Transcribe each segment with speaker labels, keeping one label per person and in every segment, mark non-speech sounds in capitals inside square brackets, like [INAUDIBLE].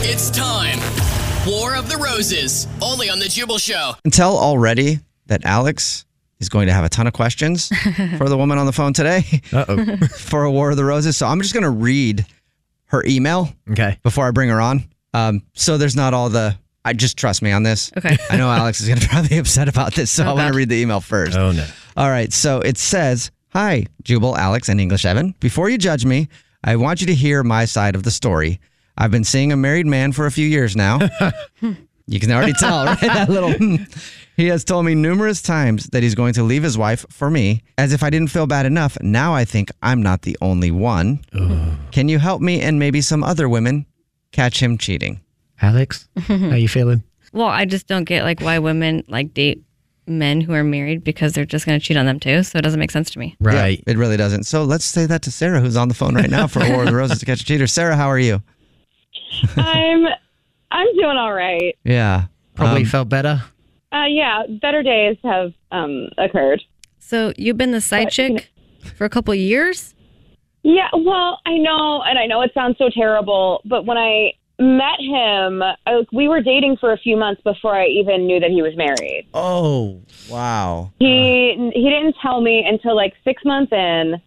Speaker 1: It's time. War of the Roses, only on The Jubal Show.
Speaker 2: And tell already that Alex is going to have a ton of questions for the woman on the phone today
Speaker 3: Uh-oh.
Speaker 2: [LAUGHS] for a War of the Roses. So I'm just going to read her email
Speaker 3: Okay.
Speaker 2: before I bring her on. Um, so there's not all the. I just trust me on this.
Speaker 4: Okay.
Speaker 2: [LAUGHS] I know Alex is going to probably be upset about this, so I want
Speaker 4: God.
Speaker 2: to read the email first.
Speaker 3: Oh, no.
Speaker 2: All right. So it says, Hi, Jubal, Alex, and English Evan. Before you judge me, I want you to hear my side of the story. I've been seeing a married man for a few years
Speaker 3: [LAUGHS]
Speaker 2: now. you can already tell, right? That little. hmm. he has told me numerous times that he's going to leave his wife for me. As if I didn't feel bad enough, now I think I'm not the only one. Can you help me and maybe some other women catch him cheating?
Speaker 3: Alex, how you feeling?
Speaker 4: Well, I just don't get like why women like date men who are married because they're just going to cheat on them too. So it doesn't make sense to me.
Speaker 3: [LAUGHS] Right.
Speaker 2: Yeah, it really doesn't. So let's say that to Sarah, who's on the phone right now for War of the Roses to catch a cheater. Sarah, how are you?
Speaker 5: I'm I'm doing all right.
Speaker 2: Yeah.
Speaker 3: Probably
Speaker 2: Um,
Speaker 3: felt better.
Speaker 5: Uh, yeah, better days have um, occurred.
Speaker 4: So you've been the side chick for a couple years?
Speaker 5: Yeah, well, I know, and I know it sounds so terrible, but when I met him, I, like, we were dating for a few months before I even knew that he was married.
Speaker 2: Oh, wow.
Speaker 5: He he didn't tell me until like six months in, and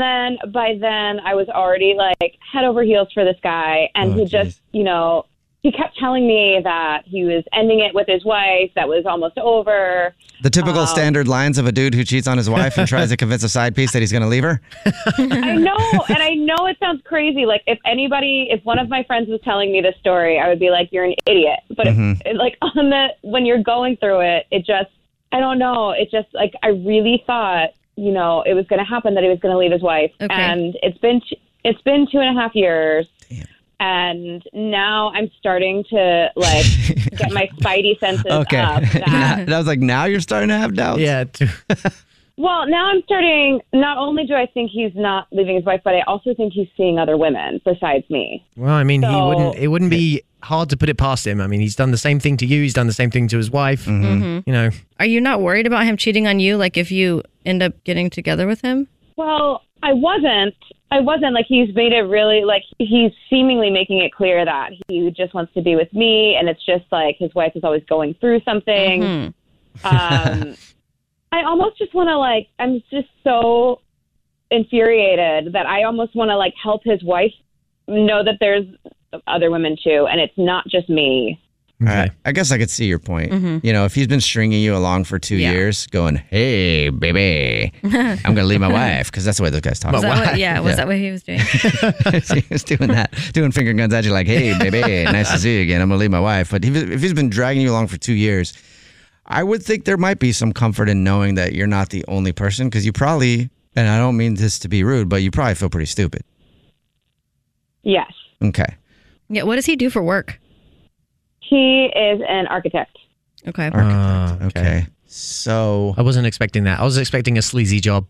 Speaker 5: then by then I was already like head over heels for this guy, and
Speaker 2: Oh,
Speaker 5: he
Speaker 2: geez.
Speaker 5: just you know he kept telling me that he was ending it with his wife, that was almost over.
Speaker 2: The typical
Speaker 5: Um,
Speaker 2: standard lines of a dude who cheats on his wife and tries to convince a side piece that he's going to leave her.
Speaker 5: [LAUGHS] I know, and I know it sounds crazy. Like if anybody, if one of my friends was telling me this story, I would be like, "You're an idiot." But
Speaker 2: Mhm.
Speaker 5: if, like [LAUGHS] on the when you're going through it, it just I don't know. It just like I really thought, you know, it was going to happen that he was going to leave his wife,
Speaker 4: Okay.
Speaker 5: and it's been t- it's been two and a half years. And now I'm starting to like get my spidey senses
Speaker 2: [LAUGHS]
Speaker 4: Oh,
Speaker 2: Okay. [LAUGHS]
Speaker 5: up. That,
Speaker 2: and I was like, now you're starting to have doubts.
Speaker 3: Yeah. too.
Speaker 5: well, now I'm starting. Not only do I think he's not leaving his wife, but I also think he's seeing other women besides me.
Speaker 3: Well, I mean, he
Speaker 5: So-
Speaker 3: wouldn't. It wouldn't be hard to put it past him. I mean, he's done the same thing to you. He's done the same thing to his wife. You know.
Speaker 4: Are you not worried about him cheating on you? Like if you end up getting together with him?
Speaker 5: Well, I wasn't. I wasn't like he's made it really like he's seemingly making it clear that he just wants to be with me, and it's just like his wife is always going through something.
Speaker 4: Mhm.
Speaker 5: Um, I almost just want to like. I'm just so infuriated that I almost want to like help his wife know that there's other women too, and it's not just me.
Speaker 2: All right. I guess I could see your point. You know, if he's been stringing you along for two
Speaker 4: Mm-hmm. Yeah.
Speaker 2: years, going, hey,
Speaker 4: [LAUGHS]
Speaker 2: baby, I'm going to leave my wife, because that's the way those guys talk.
Speaker 3: My
Speaker 4: Was that what, yeah, was
Speaker 2: Yeah.
Speaker 4: that what he was
Speaker 2: [LAUGHS]
Speaker 4: doing?
Speaker 2: he was doing that, doing finger guns at you, like, "Hey,
Speaker 3: [LAUGHS]
Speaker 2: baby, nice to see you again. I'm gonna leave my wife." But if, if he's been dragging you along for two years, I would think there might be some comfort in knowing that you're not the only person, because you probably, and I don't mean this to be rude, but you probably feel pretty stupid.
Speaker 5: Yes,
Speaker 2: Okay,
Speaker 4: Yeah, what does he do for work?
Speaker 5: he is an architect.
Speaker 4: Okay.
Speaker 2: Architect.
Speaker 3: Ah,
Speaker 2: okay. So,
Speaker 3: I wasn't expecting that. I was expecting a sleazy job.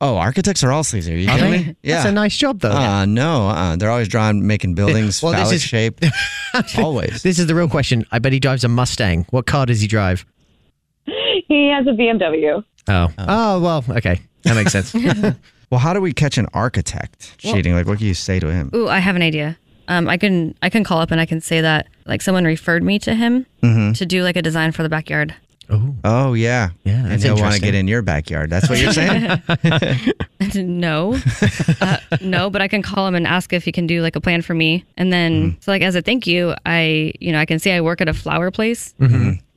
Speaker 2: Oh, architects are all sleazy. Are you
Speaker 3: Are
Speaker 2: kidding
Speaker 3: they?
Speaker 2: me? Yeah.
Speaker 3: That's a nice job, though.
Speaker 2: Uh, no, uh, they're always drawing, making buildings
Speaker 3: Well, this
Speaker 2: phallic
Speaker 3: is-
Speaker 2: shape.
Speaker 3: [LAUGHS]
Speaker 2: always.
Speaker 3: This is the real question. I bet he drives a Mustang. What car does he drive?
Speaker 5: He has a BMW.
Speaker 3: Oh. Oh, well, okay. That makes sense.
Speaker 2: [LAUGHS] Well, how do we catch an architect cheating? like, what can you say to him?
Speaker 4: Ooh, I have an idea. Um, I can I can call up and I can say that like someone referred me to him to do like a design for the backyard.
Speaker 3: oh,
Speaker 2: Oh yeah,
Speaker 3: Yeah,
Speaker 2: And
Speaker 3: that's
Speaker 2: he'll want to
Speaker 3: interesting.
Speaker 2: get in your backyard. That's what you're
Speaker 3: [LAUGHS]
Speaker 2: saying.
Speaker 4: [LAUGHS] no, uh, no, but I can call him and ask if he can do like a plan for me. And then
Speaker 2: Mm-hmm.
Speaker 4: so like as a thank you, I you know I can say I work at a flower place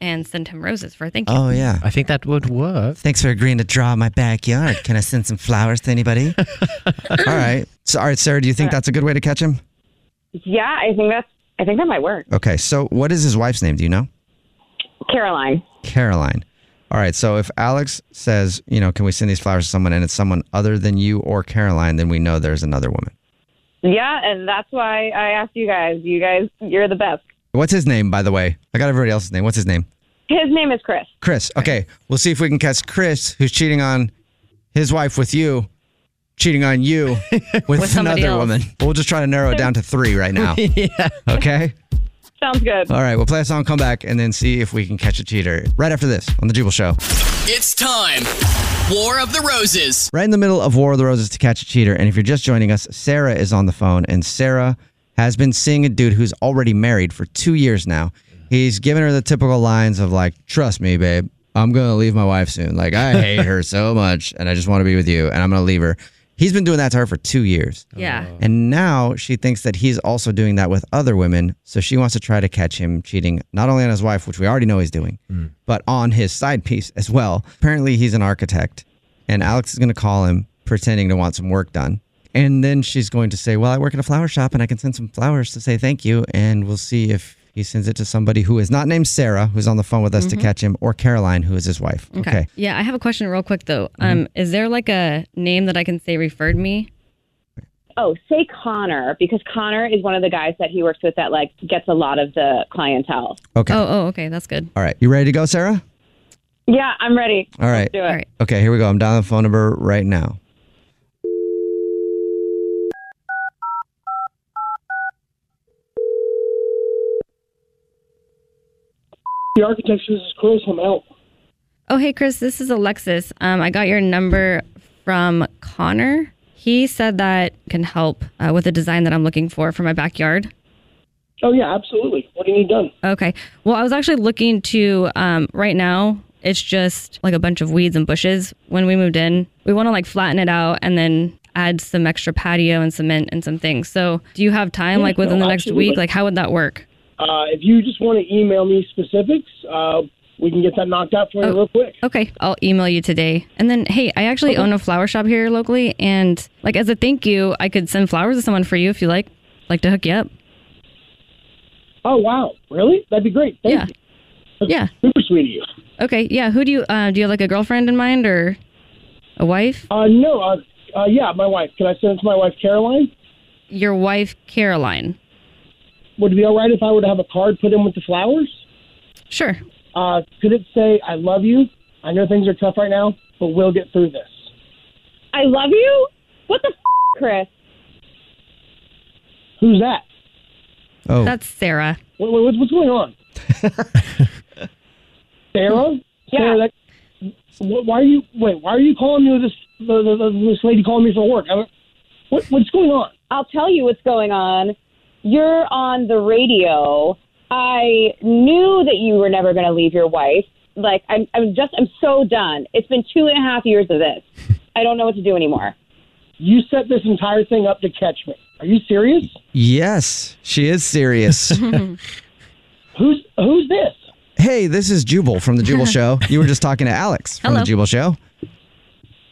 Speaker 4: and send him roses for a thank you.
Speaker 2: Mm-hmm. oh yeah.
Speaker 3: I think that would work.
Speaker 2: Thanks for agreeing to draw my backyard. Can I send some flowers to
Speaker 3: [LAUGHS]
Speaker 2: anybody? all right. So, all right, Sarah. Do you think that's a good way to catch him?
Speaker 5: Yeah, I think that's. I think that might work.
Speaker 2: Okay. So, what is his wife's name? Do you know?
Speaker 5: Caroline.
Speaker 2: Caroline. All right. So, if Alex says, you know, can we send these flowers to someone, and it's someone other than you or Caroline, then we know there's another woman.
Speaker 5: Yeah, and that's why I asked you guys. You guys, you're the best.
Speaker 2: What's his name, by the way? I got everybody else's name. What's his name?
Speaker 5: His name is Chris.
Speaker 2: Chris. Okay. We'll see if we can catch Chris, who's cheating on his wife with you, cheating on you
Speaker 4: [LAUGHS]
Speaker 2: with,
Speaker 4: somebody
Speaker 2: another
Speaker 4: else.
Speaker 2: woman. We'll just try to narrow it down to three right
Speaker 4: [LAUGHS]
Speaker 2: now. Okay.
Speaker 5: Sounds good.
Speaker 2: All right. We'll play a song, come back, and then see if we can catch a cheater right after this on The Jubal Show.
Speaker 1: It's time. War of the Roses.
Speaker 2: Right in the middle of War of the Roses to catch a cheater. And if you're just joining us, Sarah is on the phone, and Sarah has been seeing a dude who's already married for two years now. He's given her the typical lines of like, "Trust me, babe, I'm gonna leave my wife soon. Like, I hate her so much, and I just want to be with you, and I'm gonna leave her." He's been doing that to her for two years.
Speaker 4: yeah.
Speaker 2: And now she thinks that he's also doing that with other women. So she wants to try to catch him cheating, not only on his wife, which we already know he's doing, but on his side piece as well. Apparently, he's an architect. And Alex is going to call him, pretending to want some work done. And then she's going to say, Well, I work at a flower shop and I can send some flowers to say thank you. And we'll see if he sends it to somebody who is not named Sarah, who's on the phone with us to catch him, or Caroline, who is his wife. Okay. Mm-hmm.
Speaker 4: Yeah, I have a question real quick though. Um, is there like a name that I can say referred me?
Speaker 5: Oh, say Connor because Connor is one of the guys that he works with that like gets a lot of the clientele.
Speaker 2: Okay.
Speaker 4: Oh, oh, okay, that's good.
Speaker 2: All right. You ready to go, Sarah?
Speaker 5: Yeah, I'm ready.
Speaker 2: All right.
Speaker 5: Do it.
Speaker 4: All right.
Speaker 2: Okay, here we go. I'm dialing the phone number right now.
Speaker 6: The architecture is Chris. I'm out.
Speaker 4: Oh, hey, Chris, this is Alexis. Um, I got your number from Connor. He said that can help uh, with a design that I'm looking for for my backyard.
Speaker 6: Oh yeah, absolutely. What do you need done?
Speaker 4: Okay. Well, I was actually looking to, um, right now, it's just like a bunch of weeds and bushes. When we moved in, we want to like flatten it out and then add some extra patio and cement and some things. So, do you have time
Speaker 6: Yeah,
Speaker 4: like within
Speaker 6: no,
Speaker 4: the next
Speaker 6: absolutely.
Speaker 4: week? Like, how would that work?
Speaker 6: Uh, if you just want to email me specifics, uh, we can get that knocked out
Speaker 2: Oh.
Speaker 6: for you real quick.
Speaker 4: Okay, I'll email you today. And then, hey, I actually own a flower shop here locally, and like as a thank you, I could send flowers to someone for you if you like, like to hook you up.
Speaker 6: Oh wow, really? That'd be great. Thank
Speaker 4: Yeah.
Speaker 6: you. That's
Speaker 4: Yeah.
Speaker 6: Super sweet of you.
Speaker 4: Okay, yeah. Who do you uh, do you have like a girlfriend in mind or a wife?
Speaker 6: Uh, no. Uh, uh, yeah, my wife. Can I send it to my wife Caroline?
Speaker 4: Your wife, Caroline.
Speaker 6: Would it be all right if I were to have a card put in with the flowers?
Speaker 4: Sure.
Speaker 6: Uh, could it say "I love you"? I know things are tough right now, but we'll get through this.
Speaker 5: I love you. What the f- Chris?
Speaker 6: Who's that?
Speaker 2: Oh,
Speaker 4: That's Sarah.
Speaker 6: What, what, what's going
Speaker 5: [LAUGHS]
Speaker 6: on? Sarah?
Speaker 5: Yeah.
Speaker 6: Sarah, that, wh- why are you, wait, why are you calling me with this, the, the, the, this lady calling me for work? I, what, what's going on?
Speaker 5: I'll tell you what's going on. You're on the radio. I knew that you were never going to leave your wife. Like I'm, I'm just, I'm so done. It's been two and a half years
Speaker 4: [LAUGHS]
Speaker 5: of this. I don't know what to do anymore.
Speaker 6: You set this entire thing up to catch me. Are you serious?
Speaker 2: yes, she is serious.
Speaker 6: Who's, who's this?
Speaker 2: hey, this is Jubal from the Jubal Show. You were just talking to Alex from
Speaker 4: Hello.
Speaker 2: the Jubal Show.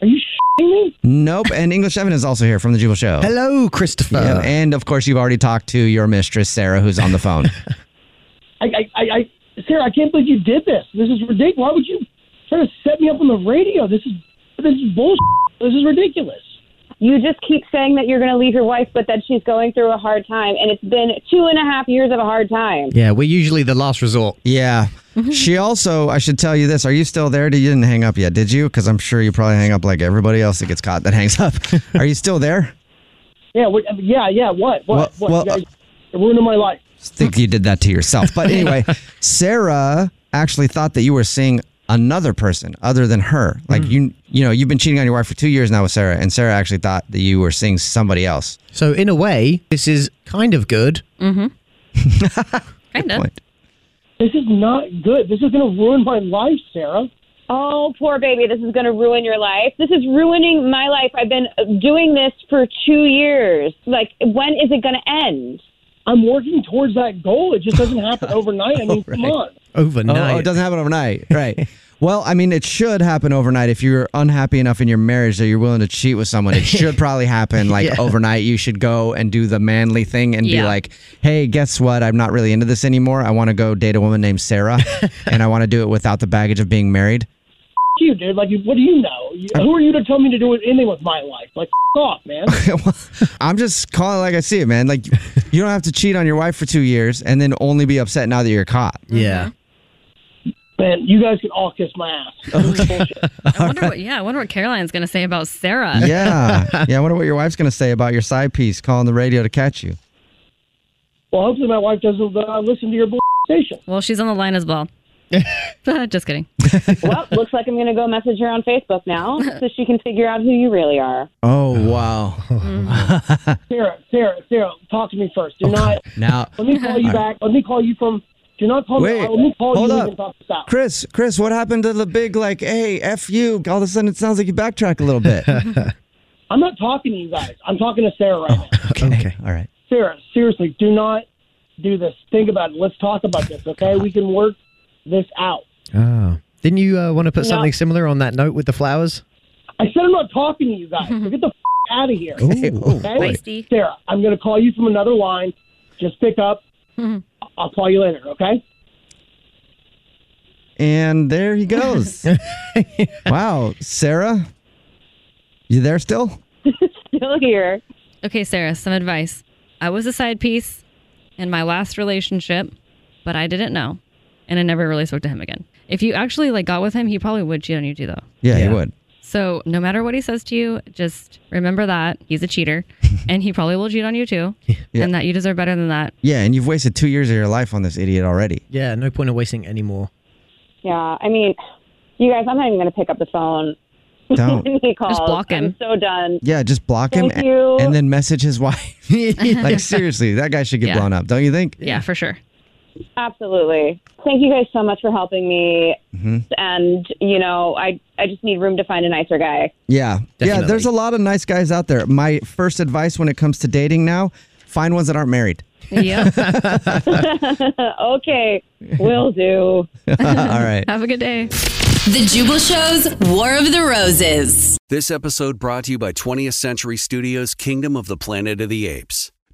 Speaker 6: Are you shitting me?
Speaker 2: Nope, and English Evan is also here from the Jubal Show.
Speaker 3: Hello, Christopher.
Speaker 2: Yeah, and of course, you've already talked to your mistress Sarah, who's on the phone.
Speaker 6: I, I, I, I, Sarah, I can't believe you did this. This is ridiculous. Why would you try to set me up on the radio? This is, this is bullshit. This is ridiculous.
Speaker 4: you just keep saying that you're going to leave your wife, but that she's going through a hard time. And it's been two and a half years of a hard time.
Speaker 3: Yeah, we're usually the last resort.
Speaker 2: Yeah. she also, I should tell you this. Are you still there? You didn't hang up yet, did you? Because I'm sure you probably hang up like everybody else that gets caught that [LAUGHS] hangs up. Are you still there?
Speaker 5: Yeah, what, yeah, yeah. What? What?
Speaker 2: Well-
Speaker 5: What?
Speaker 2: well, uh,
Speaker 5: you guys are ruining my life.
Speaker 2: think you did that to yourself. But anyway, Sarah actually thought that you were seeing another person other than her. Like you, you know, you've been cheating on your wife for two years now with Sarah, and Sarah actually thought that you were seeing somebody else.
Speaker 3: So in a way, this is kind of good.
Speaker 4: Eh.
Speaker 7: Kind of.
Speaker 2: Point.
Speaker 5: This is not good. This is going to ruin my life, Sarah.
Speaker 4: Oh, poor baby. This is going to ruin your life. This is ruining my life. I've been uh, doing this for two years. Like, [LAUGHS] when is it going to end?
Speaker 5: I'm working towards that goal. It just
Speaker 2: [LAUGHS]
Speaker 5: doesn't happen overnight. I mean, come on.
Speaker 2: Oh,
Speaker 3: Overnight.
Speaker 2: oh, it doesn't happen overnight, right? well, I mean, it should happen overnight if you're unhappy enough in your marriage that you're willing to cheat with someone. It should probably happen like overnight. You should go and do the manly thing and be
Speaker 7: Yeah.
Speaker 2: like, "Hey, guess what? I'm not really into this anymore. I want to go date a woman named Sarah, and I want to do it without the baggage of being married."
Speaker 5: F- You dude, like, you- what do you know? You-
Speaker 2: Uh,
Speaker 5: Who are you to tell me to do anything with my life? Like, f-
Speaker 2: [LAUGHS]
Speaker 5: off, man.
Speaker 2: I'm just calling it like I see it, man. Like you don't have to cheat on your wife for two years and then only be upset now that you're [LAUGHS] caught.
Speaker 3: yeah.
Speaker 5: man, you guys can all kiss my ass. This is bullshit.
Speaker 7: I wonder what. Yeah, I wonder what Caroline's gonna say about Sarah.
Speaker 2: Yeah, yeah. I wonder what your wife's gonna say about your side piece calling the radio to catch you.
Speaker 5: Well, hopefully my wife doesn't uh, listen to your bull [LAUGHS] station.
Speaker 7: Well, she's on the line as well. [LAUGHS] Just kidding.
Speaker 4: Well, [LAUGHS] looks like I'm going to go message her on Facebook now so she can figure out who you really are.
Speaker 2: Oh wow!
Speaker 5: Sarah, Sarah, Sarah, talk to me first. Do not.
Speaker 2: Now,
Speaker 5: Let me
Speaker 4: [LAUGHS]
Speaker 5: call you back. Let me call you from. Do not call
Speaker 2: Wait,
Speaker 5: me. Let me call
Speaker 2: hold
Speaker 5: you
Speaker 2: up.
Speaker 5: and talk this out.
Speaker 2: Chris, Chris, what happened to the big like, hey, f you? All of a sudden, it sounds like you backtrack a little [LAUGHS] bit.
Speaker 5: I'm not talking to you guys. I'm talking to Sarah right now.
Speaker 2: [LAUGHS] okay. all right.
Speaker 5: Sarah, seriously, do not do this. Think about it. Let's talk about this, okay? We can work this out.
Speaker 2: Oh. [LAUGHS]
Speaker 3: Ah. [LAUGHS] Didn't you uh, want to put
Speaker 5: No.
Speaker 3: something similar on that note with the flowers?
Speaker 5: I said I'm not talking to you
Speaker 4: [LAUGHS]
Speaker 5: guys. So get the f- out of here. okay?
Speaker 7: Feisty.
Speaker 5: Sarah, I'm going to call you from another line. Just
Speaker 4: [LAUGHS]
Speaker 5: pick up. I'll call you later, okay?
Speaker 2: And there he [LAUGHS] goes. wow, Sarah, you there still?
Speaker 4: Still here.
Speaker 7: Okay, Sarah, some advice. I was a side piece in my last relationship, but I didn't know, and I never really spoke to him again. If you actually like got with him, he probably would cheat on you too, though.
Speaker 2: Yeah,
Speaker 3: Yeah.
Speaker 2: you would.
Speaker 7: So no matter what he says to you, just remember that he's a cheater, and he probably will cheat on you too, and that you deserve better than that.
Speaker 2: Yeah, and you've wasted two years of your life on this idiot already.
Speaker 3: Yeah, no point in wasting any more.
Speaker 4: Yeah, I mean, you guys, I'm not even going to pick up the phone.
Speaker 2: Don't.
Speaker 4: [LAUGHS] when he calls.
Speaker 7: block him.
Speaker 4: I'm so done.
Speaker 2: Yeah, just block him
Speaker 4: Thank
Speaker 2: a-
Speaker 4: you.
Speaker 2: and then message his [LAUGHS]
Speaker 4: [LAUGHS]
Speaker 2: wife. like seriously, that guy should get
Speaker 7: Yeah.
Speaker 2: blown up, don't you think?
Speaker 7: Yeah, for sure.
Speaker 4: Absolutely. Thank you guys so much for helping me. And, you know, I, I just need room to find a nicer guy.
Speaker 2: Yeah. Yeah,
Speaker 3: Definitely.
Speaker 2: there's a lot of nice guys out there. My first advice when it comes to dating now, find ones that aren't married. [LAUGHS]
Speaker 7: Yeah.
Speaker 4: [LAUGHS] okay, will do.
Speaker 2: All right.
Speaker 7: Have a good day.
Speaker 8: The Jubal Show's War of the Roses.
Speaker 1: This episode brought to you by 20th Century Studios' Kingdom of the Planet of the Apes.